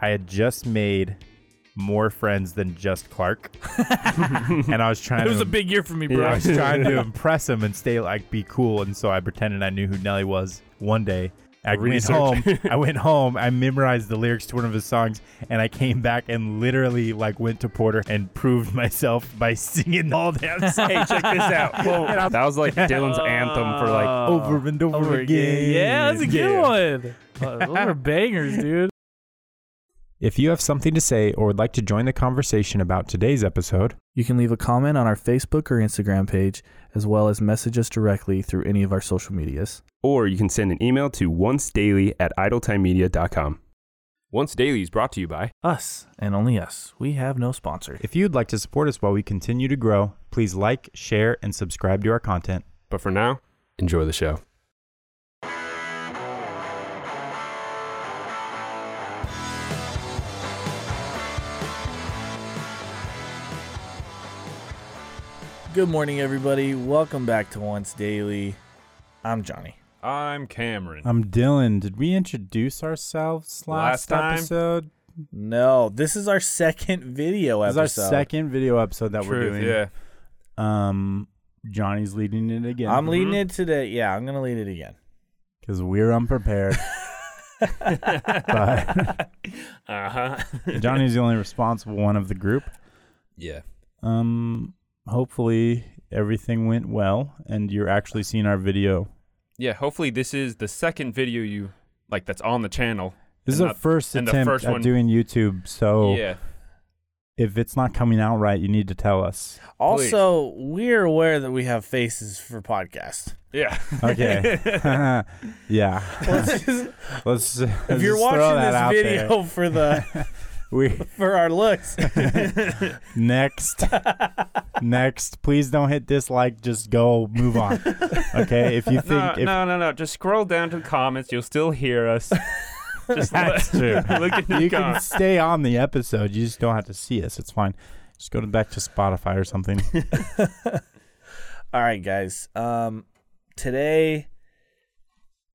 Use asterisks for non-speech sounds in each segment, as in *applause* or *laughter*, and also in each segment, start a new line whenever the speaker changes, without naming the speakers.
I had just made more friends than just
*laughs*
Clark, and I was trying.
It was
to
a big year for me,
I
bro.
was trying
*laughs*
to impress him and stay like be cool, and so I pretended I knew who Nelly was. One day, I
*laughs*
Research.
went home. I went home. I memorized the lyrics to one of his songs, and I came back and literally like went to Porter and proved myself by *laughs* singing all
*laughs*
that song
hey, check this out.
And I'm-
that was like Dylan's anthem for
Uh.
like
over and over, again.
Uh, Yeah, that's a
Yeah.
good one. Uh, Those are bangers, dude.
If you have something to say or would like to join the conversation about today's episode,
You can leave a comment on our Facebook or Instagram page, as well as message us directly through any of our social medias.
or you can send an email to oncedaily at idletimemedia.com. Once Daily is brought to you by
Us, and only us. We have no sponsor.
if you'd like to support us while we continue to grow, please like, share, and subscribe to our content.
But for now, enjoy the show.
Good morning, everybody. Welcome back to Once Daily. I'm Johnny.
I'm Cameron.
I'm Dylan. Did we introduce ourselves
last Last time?
episode?
No, this is our second video
This
episode.
is our second video episode that we're
Truth,
doing.
yeah.
Um, Johnny's leading it again.
Mm-hmm.
I'm leading it today. Yeah, I'm gonna lead it again.
because we're unprepared.
*laughs*
but
Uh huh.
Johnny's the only responsible one of the group.
yeah.
Um, hopefully everything went well, and you're actually seeing our video.
Yeah. Hopefully, this is the second video you like that's on the channel.
This is
And
our
not-
first
and the
attempt
first
at
one-
doing YouTube, so
Yeah.
if it's not coming out right, you need to tell us.
Also, we're aware that we have faces for podcast.
Yeah.
Okay. *laughs* yeah. *laughs* Let's.
if you're watching this video for the
*laughs* we
for our looks,
next, next. Please don't hit dislike. Just go *laughs* move on. Okay. If you think
No,
if
no, no, no. Just scroll down to the comments. You'll still hear us. Just
That's
look,
true.
*laughs* look
*laughs*
at the
you can
comments.
stay on the episode. You just don't have to see us. It's fine. Just go to back to Spotify or something.
All right, guys. Um, today,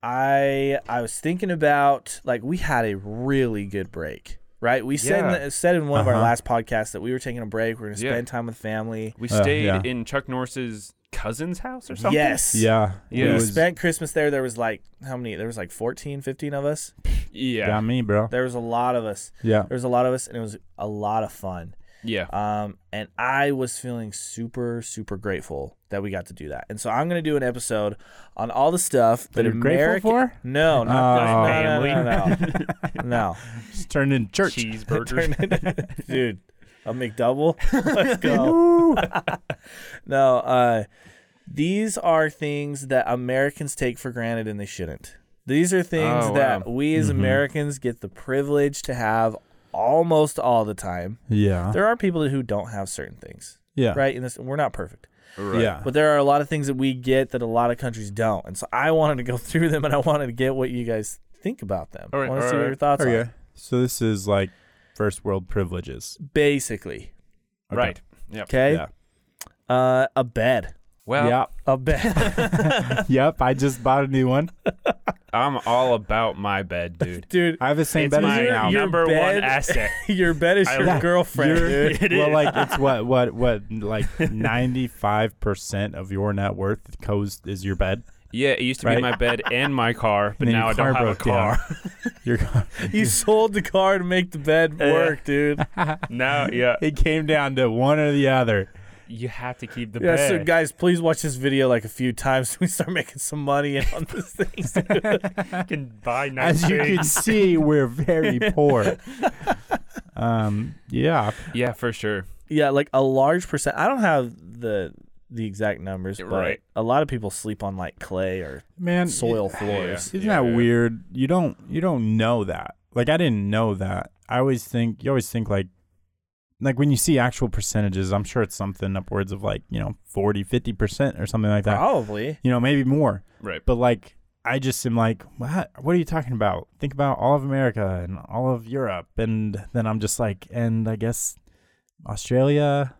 I I was thinking about like we had a really good break, right? We said in
Yeah.
the, said in one of our
Uh-huh.
last podcasts that we were taking a break. We're gonna
Yeah.
spend time with family.
We
Uh,
stayed
yeah.
in Chuck Norris's cousin's house or something.
Yes.
yeah.
Yeah.
It
We
It
was,
spent Christmas there. There was like how many? There was like 14, 15 of us.
Yeah.
got me, bro.
There was a lot of us.
Yeah.
There was a lot of us, and it was a lot of fun.
Yeah.
Uh,
Um, and I was feeling super, super grateful that we got to do that. And so I'm gonna do an episode on all the stuff that,
That you're grateful
American-
for?
No,
Oh.
not family. No, no,
*laughs*
no, no.
It's turned in church. *laughs*
*laughs* Cheeseburgers.
No. dude, a McDouble. Let's go. *laughs* no, uh, these are things that Americans take for granted and they shouldn't. These are things
Oh, wow.
that we
Mm-hmm.
as Americans get the privilege to have almost all the time.
Yeah.
There are people who don't have certain things,
Yeah.
right? And this, we're not perfect.
*laughs* right.
Yeah.
But there are a lot of things that we get that a lot of countries don't. And so I wanted to go *laughs* through them and I wanted to get what you guys think about them.
All right,
I want to
all
see what
right.
your thoughts
okay.
are.
So this is like first world privileges.
Basically.
Okay.
Right. Yep.
Okay.
Yeah.
Uh, a bed.
Well,
yep.
A bed. *laughs*
Yep. I just bought a new one.
I'm all about my bed, dude.
dude,
I have the same
It's
bed as
my
you now.
your
number
bed-
*laughs*
one asset.
your bed is
I
your
love-
girlfriend,
You're-
dude.
It
well,
is.
like it's what what what
*laughs*
like ninety five percent of your net worth goes is your bed.
Yeah, it used to
Right.
be my bed and my car, but
then
now I
your car
don't have a
broke down.
car.
*laughs* Your car-
*laughs*
You sold the car to make the bed
Yeah.
work, dude.
*laughs* now, yeah,
it came down to one or the other.
you have to
*laughs*
keep the
Yeah,
bed.
so guys, please watch this video like a few times *laughs* so we start making some money in on *laughs* this thing.
you *laughs* can buy
*laughs*
nice
As you can
things.
see, we're very
*laughs*
poor. Um. Yeah.
Yeah, for sure.
yeah, like a large percent. I don't have the the exact numbers, but
Right.
a lot of people sleep on like clay or
Man.
soil
it-
floors.
Isn't
Yeah.
that weird? You don't. You don't know that. Like I didn't know that. I always think. You always think like. Like when you see actual percentages, I'm sure it's something upwards of like, you know, 40, 50% or something like that.
Probably.
You know, maybe more.
Right.
but like I just am like, what? What are you talking about? Think about all of America and all of Europe, and then I'm just like, and I guess
*laughs*
Australia,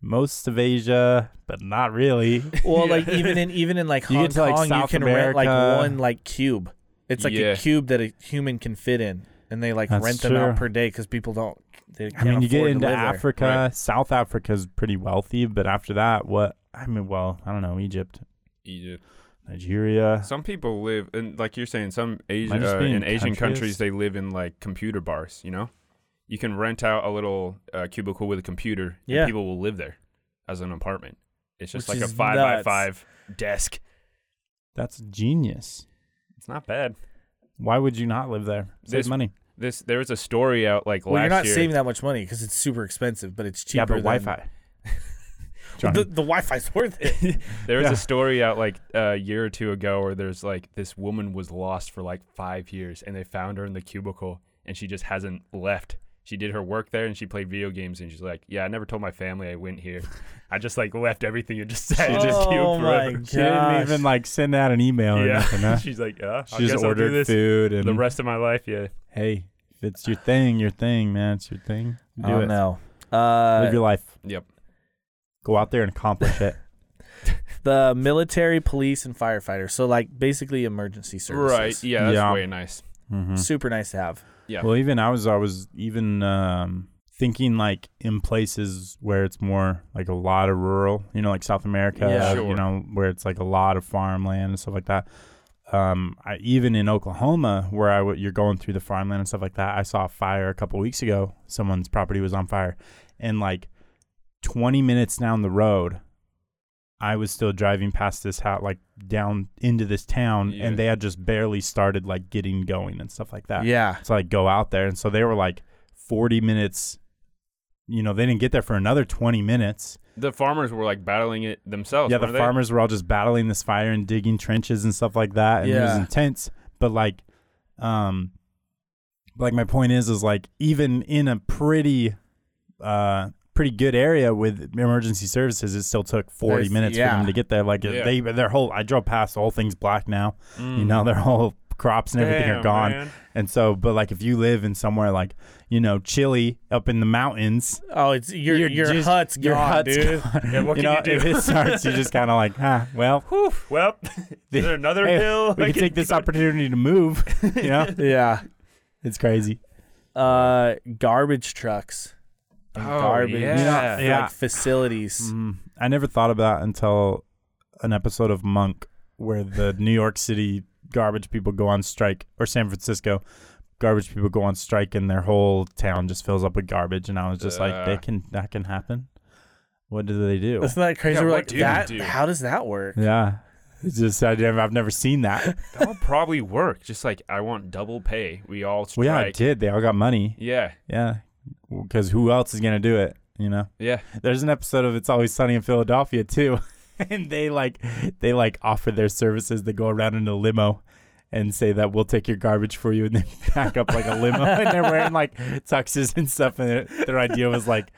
most of Asia, but not really.
Well,
*laughs*
like even in even in like
*laughs* You
Hong
get to, like,
Kong, you
South
can rent like
America.
one like cube. It's like
Yeah.
a cube that a human can fit in. and they like
That's
rent them out
true.
per day because people don't. They
I
can't
mean, you get
afford to
into
live there.
Africa.
Right.
South Africa's pretty wealthy, but after that, what? I mean, well, I don't know. Egypt,
Egypt.
Nigeria.
Some people live in, like you're saying, some
Might
Asian
just
uh,
be in
in Asian
countries.
countries they live in like computer bars. You know, you can rent out a little uh, cubicle with a computer,
Yeah.
and people will live there as an apartment. It's just
Which
like a
is
five
nuts.
by five desk.
That's genius.
It's not bad.
Why would you not live there? Save
This
money.
This there was a story out like
Well,
last
you're not
year.
saving that much money because it's super expensive, but it's cheaper.
Yeah, but *laughs*
than- *laughs*
Wi-Fi.
Well,
John,
The, the Wi-Fi's worth it.
There
*laughs*
was
Yeah.
a story out like a year or two ago where there's like this woman was lost for like five years and they found her in the cubicle and she just hasn't left. She did her work there and she played video games and she's like, Yeah, I never told my family I went here. I just like left everything and just *laughs* sat in this cube
oh my
*laughs*
forever.
gosh!
she didn't even like send out an email or nothing.
Yeah.
*laughs* Huh?
she's like, uh, I
She just
guess I'll do
ordered
this
food and
the rest of my life, yeah.
hey, if it's your thing, your thing, man. It's your thing. Do
I don't
it.
know.
Live
Uh,
your life.
Yep.
Go out there and accomplish *laughs* it.
the military, police, and firefighters. So like basically emergency services.
Right. Yeah, that's
Yeah.
way nice.
Mhm.
Super nice to have.
Yeah.
Well, even I was I was even um, thinking like in places where it's more like a lot of rural, you know, like South America,
Yeah.
Sure.
you know, where it's like a lot of farmland and stuff like that. Um, I, even in Oklahoma, where I w- you're going through the farmland and stuff like that, I saw a fire a couple weeks ago. Someone's property was on fire, and like 20 minutes down the road, I was still driving past this house, like down into this town,
Yeah.
and they had just barely started like getting going and stuff like that
Yeah.
to like go out there. And so they were like 40 minutes, you know, they didn't get there for another 20 minutes.
The farmers were like battling it themselves.
yeah, the
weren't Oh, they?
farmers were all just battling this fire and digging trenches and stuff like that. And it was
Yeah.
intense. But like, um, like my point is, is like even in a pretty, uh, pretty good area with emergency services, it still took 40
There's-
minutes for
yeah.
them to get there. Like
Yeah.
they, their whole, I drove past, the whole thing's black now, you
Mm.
know, their whole crops and everything are
Damn,
gone.
man.
And so, but like if you live in somewhere like you know chilly up in the mountains,
Oh, it's your your,
You're just-
hut's gone,
your hut's
dude.
gone.
*laughs* Yeah, what
you
can
know,
you do?
if it starts, you're just kind of like, ah,
*laughs*
well,
Whew, well, is there another
Hey,
hill?
we
*laughs* I
can take this opportunity to move. you
*laughs*
know,
yeah.
it's crazy.
Uh, garbage trucks. And
Oh,
garbage.
yeah.
Like
Yeah.
facilities.
Mm, I never thought about that until an episode of Monk, where the New York City garbage people go on strike, or San Francisco garbage people go on strike, and their whole town just fills up with garbage. And I was just like,
Uh.
they can that can happen. What do they Mm. do?
Isn't that crazy?
Yeah,
We're
what
like,
do you
that,
do?
how does that work?
Yeah. It's just I never, I've never seen that.
that would probably work. Just like I want double pay. We all
Well,
strike.
yeah, it did. They all got money.
yeah,
Yeah, because who else is gonna do it? You know.
yeah.
There's an episode of It's Always Sunny in Philadelphia too, *laughs* and they like they like offer their services. They go around in a limo. And say that we'll take your garbage for you, and they *laughs* pack up like a limo, *laughs* and they're wearing like tuxes and stuff. And their, their idea was like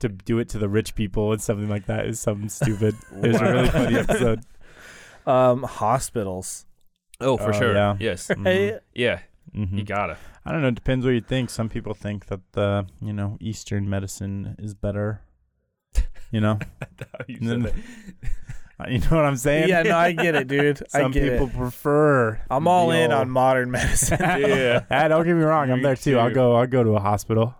to do it to the rich people and something like that. It was something stupid. It was a really
Wow.
funny episode. *laughs*
Um, hospitals.
Oh, for
Oh,
sure.
yeah.
Yes.
Hey,
Yeah,
Mhm.
*laughs* you gotta.
I don't know. It depends what you think. Some people think that the you know Eastern medicine is better. You
*laughs*
know,
You
No,
said
no.
that.
*laughs* you know what I'm saying.
yeah, no, I get
*laughs*
it, dude. I
Some
get
people
it.
prefer.
I'm all
the
in
old- *laughs*
on modern medicine. *laughs*
Yeah.
Ah, don't get me wrong. I'm
Me
there too. I'll
too.
go. I'll go to a
*laughs*
hospital.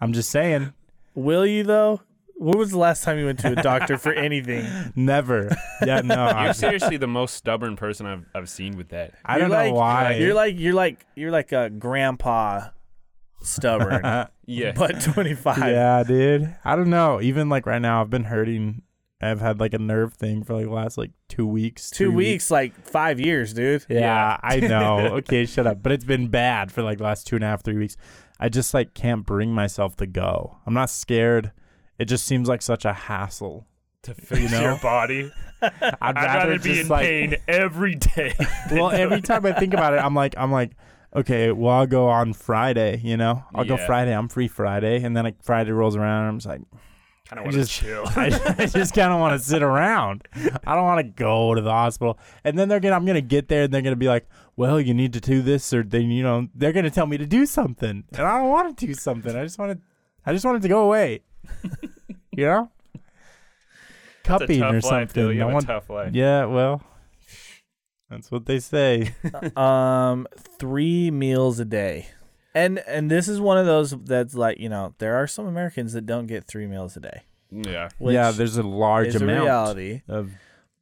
I'm just saying.
Will you though? When was the last time you went to a doctor for anything?
Never. Yeah.
*laughs*
No. I,
You're seriously the most stubborn person I've I've seen with that.
*laughs* I
You're
don't
like,
know why.
You're like you're like you're like a grandpa
*laughs*
stubborn,
Yeah.
but 25. *laughs*
yeah, dude. I don't know. Even like right now, I've been hurting. I've had like a nerve thing for like the last like two weeks.
Two
three
weeks, like five years, dude.
Yeah,
*laughs*
*laughs*
I know. Okay, shut up. But it's been bad for like the last two and a half, three weeks. I just like can't bring myself to go. I'm not scared. It just seems like such a hassle.
to
*laughs*
fix
You know?
your body.
I'd
I'd rather, be
just,
in
like-
pain every
*laughs*
day.
Well, every time I think about it, I'm like, I'm like, okay, well, I'll go on Friday. You know, I'll go
Yeah.
Friday. I'm free Friday, and then like Friday rolls around, and I'm just like, I
kind of want to
just-
chill.
*laughs* I, I just kind of want to sit around. I don't want to go to the hospital. And then they're gonna, I'm gonna get there, and they're gonna be like, "Well, you need to do this," or then you know, they're gonna tell me to do something, and I don't want to do something. I just want to, I just want it to go away. *laughs* you know,
It's a
cupping
tough
or
life, Bill.
something.
You
I
have
want,
a tough life.
yeah, well, that's what they say. *laughs*
Um, three meals a day. And and this is one of those that's like you know there are some Americans that don't get three meals a day.
Yeah.
Which
yeah, there's a large
is a
amount
reality,
of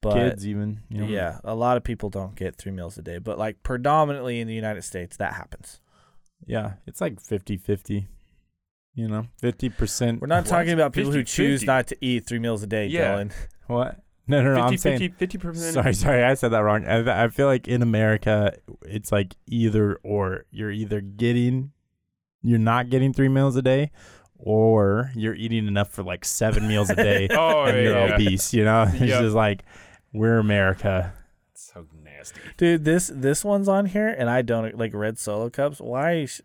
but
kids, even. You know?
yeah, a lot of people don't get three meals a day. But like predominantly in the United States, that happens.
Yeah, it's like 50 50. You know, 50%.
We're not
What?
talking about people who
50-50.
choose not to eat three meals a day,
Yeah.
Dylan.
What? No, no, no. I'm saying.
50 percent.
Sorry, sorry, I said that wrong. I, I feel like in America, it's like either or. You're either getting, you're not getting three meals a day, or you're eating enough for like *laughs*
*laughs*
seven meals a day
Oh,
and you're
yeah.
obese. You know, *laughs* it's
Yep.
just like we're America.
So nasty.
Dude, this this one's on here, and I don't like red solo cups. Why? Sh-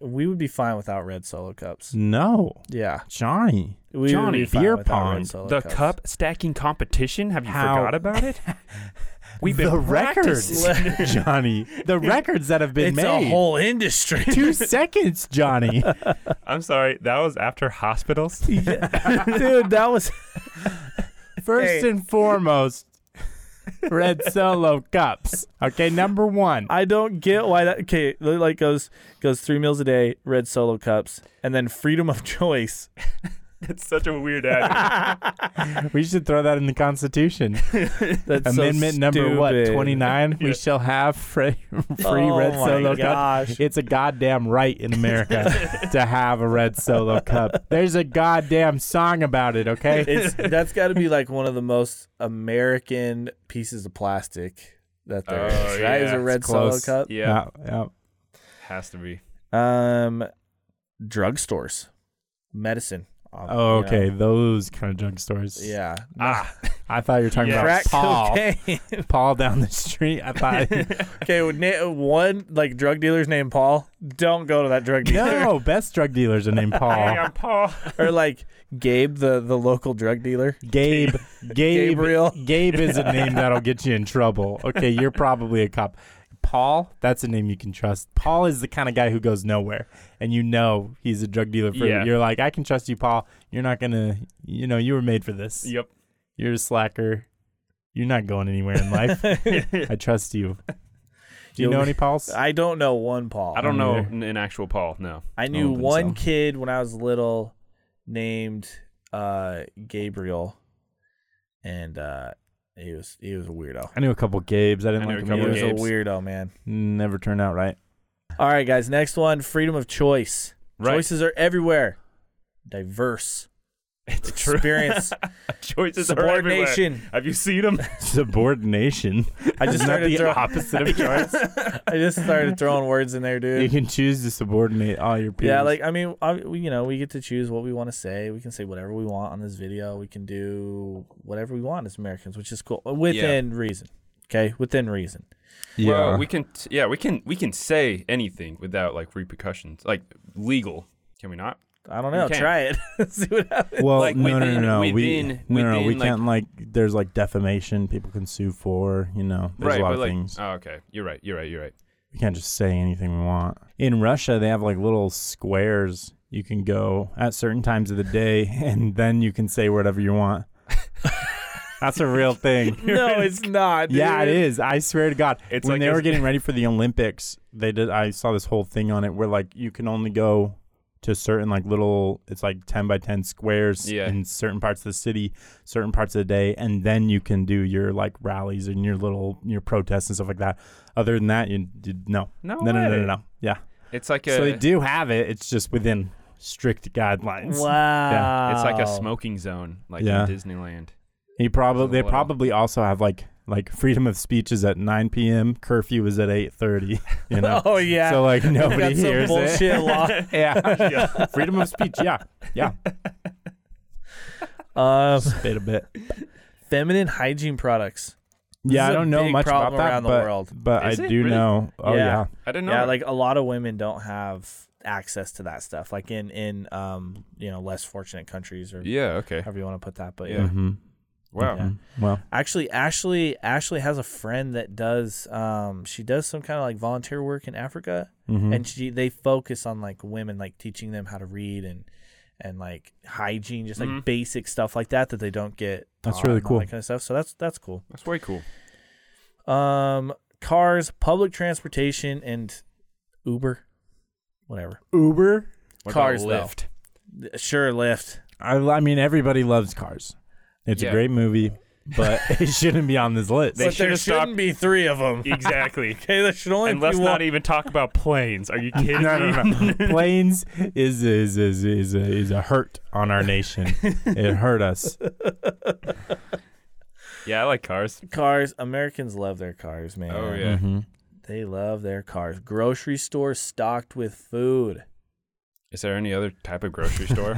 we would be fine without red solo cups.
No,
Yeah,
Johnny.
we would
Johnny,
be fine
beer
without red
pong.
Solo
The
cups.
cup stacking competition. Have you
How-
forgot about it? *laughs* We've been
the records,
*laughs*
practicing.
*laughs* Johnny. The records that have been
It's
made.
a whole *laughs* industry.
*laughs* Two *laughs* seconds,
*laughs*
Johnny.
I'm sorry. That was after hospitals.
Dude, that was
First
Hey.
and foremost, red solo cups. Okay, number one.
I don't get why that okay like goes goes three meals a day, red solo cups, and then freedom of *laughs* choice.
*laughs* it's such a weird
*laughs*
ad.
We should throw that in the Constitution.
That's so
Amendment number what?
stupid.
Twenty nine. We shall have free, *laughs* free
Oh
red
my
solo cups.
gosh.
It's a goddamn right in America
*laughs*
to have a red solo cup. There's a goddamn song about it. Okay. *laughs*
It's that's got to be like one of the most American pieces of plastic that there is.
Oh,
That is
yeah.
a red
It's
solo
close.
cup.
yeah,
Yeah, yeah.
has to be.
Um, drugstores, medicine. um,
Oh,
you
okay.
know.
Those kind of junk stores.
Yeah.
Ah,
I thought you were talking
Yeah.
about
Crack
Paul.
cocaine.
*laughs* Paul down the street. I
*laughs*
thought.
okay, well, na- one like drug dealer's named Paul. Don't go to that drug dealer.
No, best drug dealers are named
*laughs*
hey,
Paul.
I'm Paul.
or like Gabe, the the local drug dealer.
Gabe, Gabe,
Gabriel.
Gabe is a
*laughs*
name that'll get you in trouble. Okay, you're probably a cop. Paul, that's a name you can trust. Paul is the kind of guy who goes nowhere, and you know he's a drug dealer. For
Yeah.
you're like, I can trust you, Paul. You're not gonna, you know, you were made for this.
Yep.
You're a slacker. You're not going anywhere *laughs* in
*laughs*
life. I trust you. Do you
You'll-
know any Pauls?
*laughs* I don't know one Paul.
I don't
I'm
know
there.
n- an actual Paul. No.
I
I
knew
don't think
one
so.
kid when I was little named uh, Gabriel, and uh, he was he was a weirdo.
I knew a couple Gabes. I didn't
I knew
like
a
them
He
couple
either.
was a
Gabes.
weirdo, man.
Never turned out right. *laughs*
All right, guys. Next one: freedom of choice.
Right.
Choices are everywhere. Diverse
*laughs* It's true.
experience,
*laughs* Choices are everywhere.
subordination.
Have you seen them?
Subordination.
I just
Isn't that
started
the
throwing-
opposite
*laughs*
of choice.
*laughs* I just started throwing words in there,
You
dude.
can choose to subordinate all your peers.
Yeah, like I mean, I, we- you know, we get to choose what we want to say. We can say whatever we want on this video. We can do whatever we want as Americans, which is cool Uh, within reason. Okay, within reason.
Well, we can. T- yeah, we can. We can say anything without like repercussions, like legal. Can we not?
I don't
You
know.
can.
Try it. *laughs* See what happens.
well,
like,
no,
within-
no, no, no, we,
within-
no, no, no, we
within, like-
can't like. There's like defamation people can sue for. You know, there's
right,
a lot
but
of
like.
things.
Oh, okay. You're right. You're right. You're
*laughs*
right.
we can't just say anything we want. In Russia, they have like little squares you can go at certain times of the day, *laughs* and then you can say whatever you
*laughs*
want. That's a real thing.
no, it's
*laughs*
not. Dude.
Yeah, it is. I swear to God.
It's
when
like
they
a-
were getting ready for the Olympics, they did. I saw this whole thing on it where like you can only go to certain like little. It's like ten by ten squares
Yeah.
in certain parts of the city, certain parts of the day, and then you can do your like rallies and your little your protests and stuff like that. Other than that, you, you no,
No
no, no, no, no,
way.
no. Yeah.
It's like a.
So they do have it. It's just within strict guidelines.
Wow.
It's like a smoking zone, like
Yeah.
in Disneyland.
He probably
It's a
they
little-
probably also have like like freedom of speech is at 9 p.m. curfew is at 8:30. You
*laughs*
know.
Oh yeah.
So
*laughs*
like
Got
nobody
some
hears
bullshit
it.
law.
*laughs* Yeah. freedom of speech. Yeah, yeah.
*laughs*
Um,
Bit a bit.
feminine hygiene products. This
Yeah,
is
I
a
don't know
big
much about
problem
that,
around the
but
world.
but
Is
I
it
do
really?
know. Oh
Yeah.
yeah.
I didn't know.
Yeah,
that.
like a lot of women don't have access to that stuff. Like in in um you know less fortunate countries or
Yeah. Okay.
however you want to put that. But
Yeah.
yeah.
hmm
Wow.
Yeah.
Mm-hmm. Well,
Actually, Ashley Ashley has a friend that does um she does some kind of like volunteer work in Africa
mhm.
and she they focus on like women like teaching them how to read and and like hygiene just like
Mhm.
basic stuff like that that they don't get
Mm-hmm. That's
taught
really
and all
cool.
that kind of stuff so that's that's cool
That's way cool.
um cars public transportation and uber Whatever.
Uber.
What
Cars, though.
about Lyft?
Sure, Lyft.
I, I mean, everybody loves cars. It's
Yeah.
a great movie, but it shouldn't be on this list.
They
but there
should've
shouldn't
stopped-
be three of them.
Exactly.
Okay, there should only
and
be
let's
one.
not even talk about
*laughs*
planes. Are you kidding
no,
me?
no,
*laughs*
no. Planes is is is is a, is a hurt on our nation. it hurt us.
Yeah, I like cars.
*laughs* cars. Americans love their cars, man.
Oh, yeah.
Mm-hmm.
They love their cars. Grocery store stocked with food.
Is there any other type of *laughs*
*laughs*
grocery store?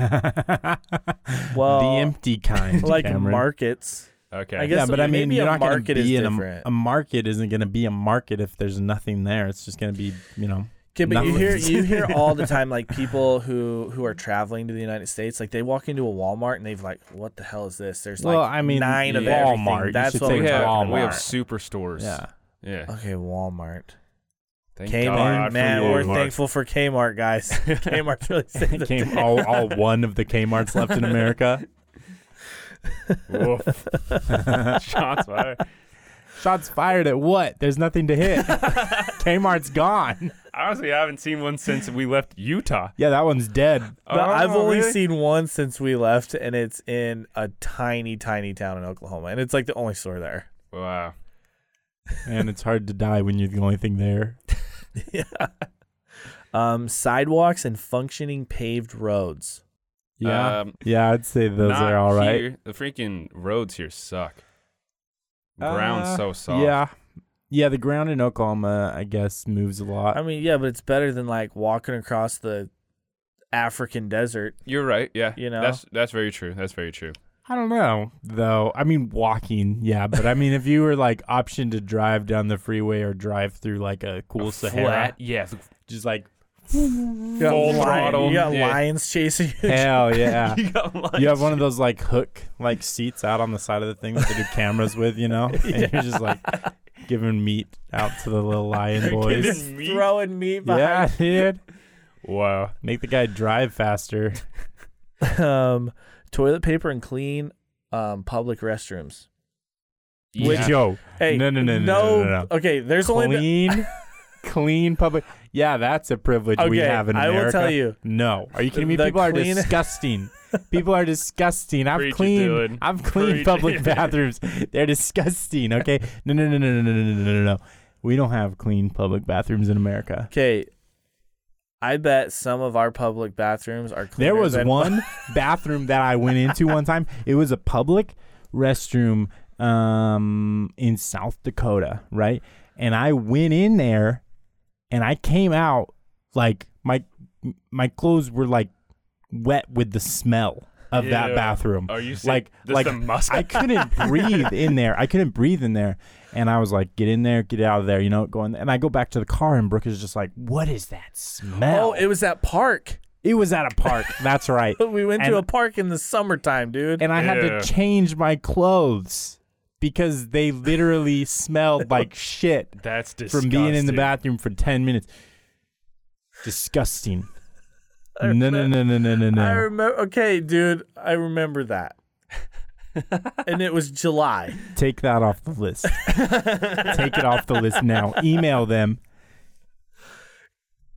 Well,
the empty kind,
*laughs* Like
Cameron.
markets.
Okay.
I guess-
Yeah, but I mean,
maybe
you're
a
not going to
market is
be in a,
different.
a market. Isn't going to be a market if there's nothing there. It's just going to be, you know.
Okay, but you hear
Numbers.
you hear
*laughs*
all the time like people who who are traveling to the United States, like they walk into a Walmart and they've like, what the hell is this? There's like
Well, I mean,
nine of
yeah.
everything.
Walmart. You
That's
should
what
say
we're
we, have,
talking
we have
about.
*laughs*
superstores.
Yeah.
Yeah.
Okay, Walmart.
Thank
Kmart,
God
man,
for
we're
Walmart.
thankful for Kmart,
*laughs*
guys. Kmart's really saved the
Came
day.
all, all one of the Kmart's left in America.
*laughs*
*laughs*
Woof. Shots fired.
*laughs* Shots fired at what? There's nothing to *laughs* hit. Kmart's gone.
Honestly, I haven't seen one since we left Utah.
Yeah, that one's dead.
But I've
Oh,
only
really?
seen one since we left, and it's in a tiny, tiny town in Oklahoma, and it's like the only store there.
Wow.
And it's hard to die when you're the only thing there.
yeah. *laughs* Um, sidewalks and functioning paved roads.
Yeah.
Um,
Uh, yeah, I'd say those
not
are all right.
here. The freaking roads here suck. Ground's
Uh,
so soft.
Yeah. Yeah, the ground in Oklahoma, I guess, moves a lot.
I mean, yeah, but it's better than like walking across the African desert.
You're right. Yeah.
You know?
That's that's very true. That's very true.
I don't know, though. I mean, walking, yeah. But I mean, if you were like option to drive down the freeway or drive through like a cool Sahara,
Flat. Yes.
just like,
*laughs*
You got,
Full
lion-
throttle,
you got
yeah.
lions chasing *laughs* you.
hell yeah.
You got lunch.
*laughs* You have one of those like hook like seats out on the side of the thing that they do cameras with, you
*laughs*
know? *laughs* And you're just like giving meat out to the little lion
Giving
boys.
meat?
throwing meat
yeah,
behind.
dude.
Wow.
Make the guy drive faster.
*laughs* Um, toilet paper and clean um, public restrooms.
Yeah.
Which yo,
Hey,
No, no, no, no, no, no, no.
Okay, there's only been- *laughs*
clean, clean public. Yeah, that's a privilege we
Okay,
have in
I will
America.
tell you.
No, are you kidding me?
The
People are
clean-
disgusting. *laughs* People are disgusting. I've
Preach it, Dylan.
cleaned. I've cleaned
Preach
public
it.
bathrooms. They're disgusting. Okay. No, no, no, no, no, no, no, no, no, no. We don't have clean public bathrooms in America.
*laughs* Okay. I bet some of our public bathrooms are cleaner
There was
than-
one bathroom that I went into one time. It was a public restroom um, in South Dakota, right? And I went in there, and I came out like my my clothes were like wet with the smell of
Yeah.
that
*laughs*
bathroom.
Are you sick?
Like-
this
like,
the musk?
I couldn't breathe in there. I couldn't breathe in there. And I was like, get in there, get out of there, you know, go in there. And I go back to the car, and Brooke is just like, what is that smell?
*laughs* Oh, it was that park. *laughs*
it was at a park. That's right.
We went
And-
to a park in the summertime, dude.
and I
Yeah.
had to change my clothes because they literally
*laughs*
smelled like shit
That's disgusting.
from being in the bathroom for 10 minutes. Disgusting.
I
No, no, no, no, no, no,
I
no.
remember. Okay, dude, I remember that.
*laughs*
and it was July.
Take that off the list. Take it off the list
*laughs*
now. Email them.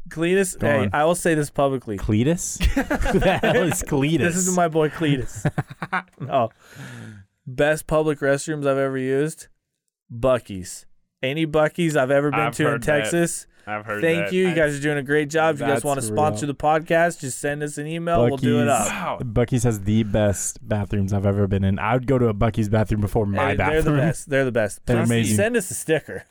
Cletus,
Go
hey,
on.
I will say this publicly. *laughs*
Cletus? Who the hell is Cletus?
This is my
*laughs*
boy Cletus. no. Best public restrooms I've ever used Bucky's. Any Bucky's I've ever been
I've
to in
heard that.
Texas.
I've heard
Thank
that.
you. You guys are doing a great job. If you guys
That's
want to
real.
sponsor the podcast, just send us an email. We'll do
Buc-ee's.
it up.
*laughs*
*laughs* Wow.
Bucky's has the best bathrooms I've ever been in. I would go to a Bucky's bathroom before my
Hey,
bathroom.
They're the best. They're the best.
They're
Please
amazing.
Send us a sticker.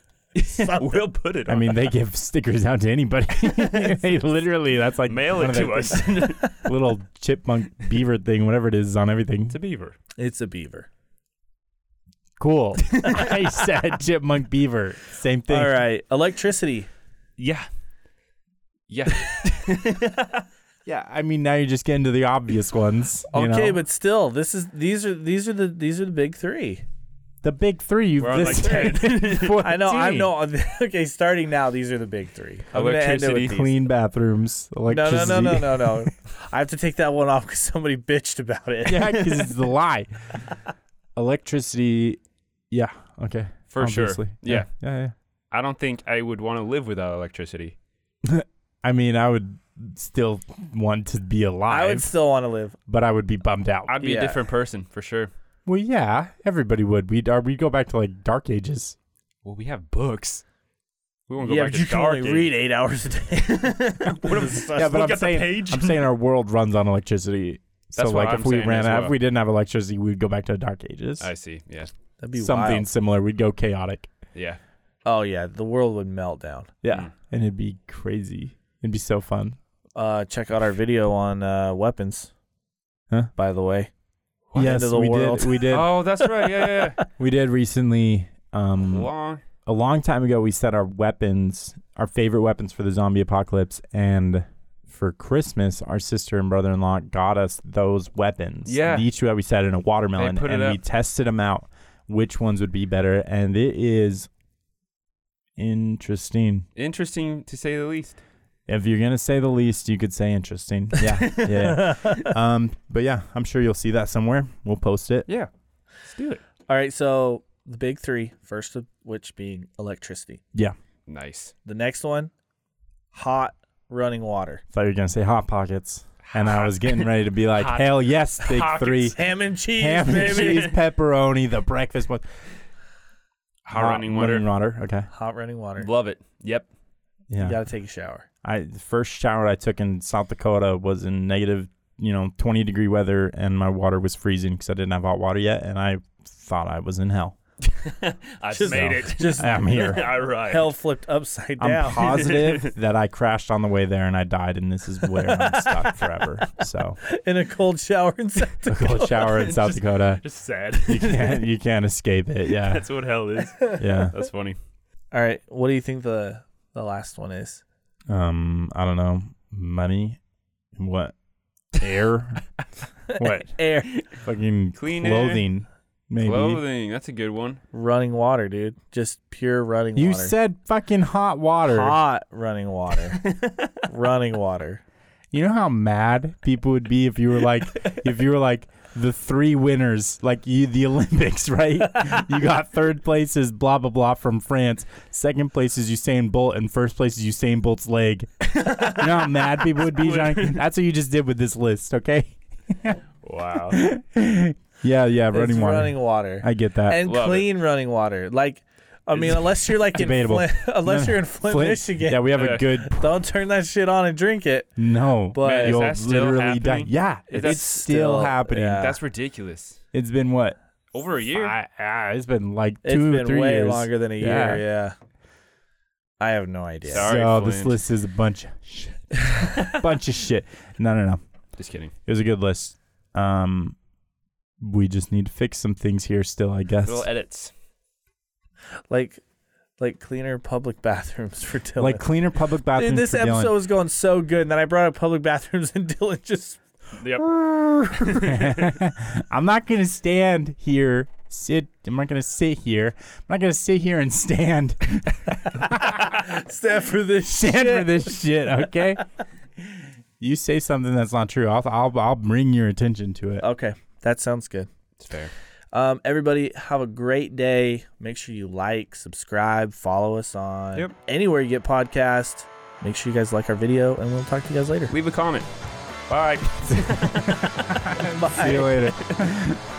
Something.
We'll put
*laughs*
it
I
on.
mean, they give stickers out to
*laughs*
anybody. *laughs* they literally, that's like
*laughs* Mail
one
it
of
to
their
us. *laughs*
little chipmunk beaver thing, whatever it is, on everything.
it's a beaver.
it's a beaver.
*laughs* Cool. I said chipmunk beaver. Same thing.
All right. Electricity.
Yeah. Yeah.
Yeah, I mean, now you're just getting to the obvious ones. you
Okay,
know?
but still, this is these are these are the these are the big three.
the big three you've
We're on, like,
listed. *laughs*
I know.
14.
I know. *laughs* Okay, starting now, these are the big three. I'm gonna end it
Electricity.
with these.
Clean bathrooms,
No, no,
electricity.
no, no, no, no. I have to take that one off because somebody bitched about it.
*laughs* yeah, because it's the lie. Electricity. Yeah. Okay.
For
obviously.
sure. Yeah.
Yeah. Yeah.
I don't think I would want to live without electricity.
I mean, I would still want to be
*laughs* I would
alive,
still want to live.
but I would be bummed out.
I'd be
Yeah.
a different person for sure.
well, yeah, everybody would. We'd uh, we'd go back to like dark ages.
Well, we have books. We won't go
Yeah,
back
but
to
you can
dark.
only
Age.
read eight hours
*laughs*
a day. *laughs*
*laughs*
what *laughs* if,
yeah, but
look
I'm
at the
saying
page.
I'm saying our world runs on electricity.
That's
so
what
like
I'm
if we
saying
ran
as
out,
well.
if we didn't have electricity, we'd go back to dark ages.
I see. Yeah,
That'd be
Something
wild.
similar. We'd go chaotic.
yeah.
Oh yeah, the world would melt down.
Yeah,
Mm.
and it'd be crazy. It'd be so fun.
Uh, check out our video on uh, weapons.
Huh?
By the way,
Yeah, yes,
End of the
we
world.
did. *laughs* We did.
*laughs* Oh, that's right. Yeah, yeah. yeah.
We did recently. *laughs* Um,
Long.
a long time ago we set our weapons our favorite weapons for the zombie apocalypse and for christmas our sister and brother-in-law got us those weapons
Yeah.
each that we set in a watermelon
They put it
and we
up.
tested them out which ones would be better and it is interesting
Interesting to say the least.
if you're gonna say the least you could say
*laughs*
interesting yeah yeah *laughs*
*laughs*
um but yeah i'm sure you'll see that somewhere we'll post it
Yeah. Let's do it.
All right, so the big three, first of which being electricity.
Nice.
The next one, hot running water.
thought you were gonna say hot pockets and i was getting rety to be like
Hot
hell
*laughs*
yes big three
Ham and cheese,
ham and
baby. *laughs*
cheese pepperoni, the breakfast one.
Hot,
Hot
running water.
Okay.
Hot running water.
Love it. Yep.
You
Yeah.
gotta take a shower.
I the first shower I took in South Dakota was in negative, you know, 20 degree weather, and my water was freezing because I didn't have hot water yet, and I thought I was in hell.
*laughs* I
Just-
made it. *laughs*
*laughs* Just
I'm
*laughs*
here.
I arrived.
hell flipped upside
I'm
down. *laughs*
positive that I crashed on the way there and I died, and this is where I'm stuck forever. So,
in a cold shower in South
a cold *laughs* shower in South
Just-
Dakota.
*laughs* Just sad.
You
*laughs*
can't, you can't escape it.
*laughs*
Yeah.
That's what hell is.
Yeah.
That's funny.
All right, what do you think the the last one is?
Um, I don't know. Money? What? Air? what?
Air,
Fucking
Clean air.
clothing, maybe.
Clothing. That's a good one.
running water, dude. Just pure running
You
water.
said fucking hot water.
hot running
*laughs*
water. running water.
You know how mad people would be if you were
*laughs*
like, if you were like the three winners, like you, the Olympics, right? you
*laughs*
got third place is blah blah blah from France, second place is Usain Bolt, and first place is Usain Bolt's leg. you know how mad people would
*laughs*
be, Johnny? That's what you just did with this list, okay?
Wow.
*laughs* Yeah, *laughs* yeah, running
it's
water.
running water.
I get that.
and
Love
clean running water. Like, I mean, unless you're like in
Debatable.
Flint, unless
No, no.
you're in Flint, Michigan,
Yeah, we have a
Yeah.
good
don't turn that shit on and drink it.
no.
But
Man, is
you'll
that still
literally die.
happening?
Yeah, it's,
Is that
still,
still-
happening.
yeah.
That's ridiculous.
It's been what
Over a year.
I, ah, it's been like
it's
two or
been
three
way
years.
longer than a
Yeah.
year. Yeah, I have no idea.
Sorry.
so this
Flint.
list is a bunch of shit. bunch of shit. No, no, no.
Just kidding.
It was a good list. Um, we just need to fix some things here still, I guess.
Little edits.
*laughs* Like, like cleaner public bathrooms for Dylan.
Like cleaner public bathrooms.
Dude, this
for Dylan.
episode was going so good, and then I brought up public bathrooms, and *laughs* Dylan just
Yep. *laughs*
*laughs*
*laughs*
I'm not gonna stand here. Sit. I'm not gonna sit here. I'm not gonna sit here and
*laughs*
stand.
stand for this
stand
shit.
for this shit,
*laughs*
okay? you say something that's not true, I'll, I'll I'll bring your attention to it.
Okay, that sounds good.
It's fair.
Um, everybody have a great day. Make sure you like, subscribe, follow us on
Yep.
anywhere you get podcasts. Make sure you guys like our video, and we'll talk to you guys later.
Leave a comment. Bye.
See you later.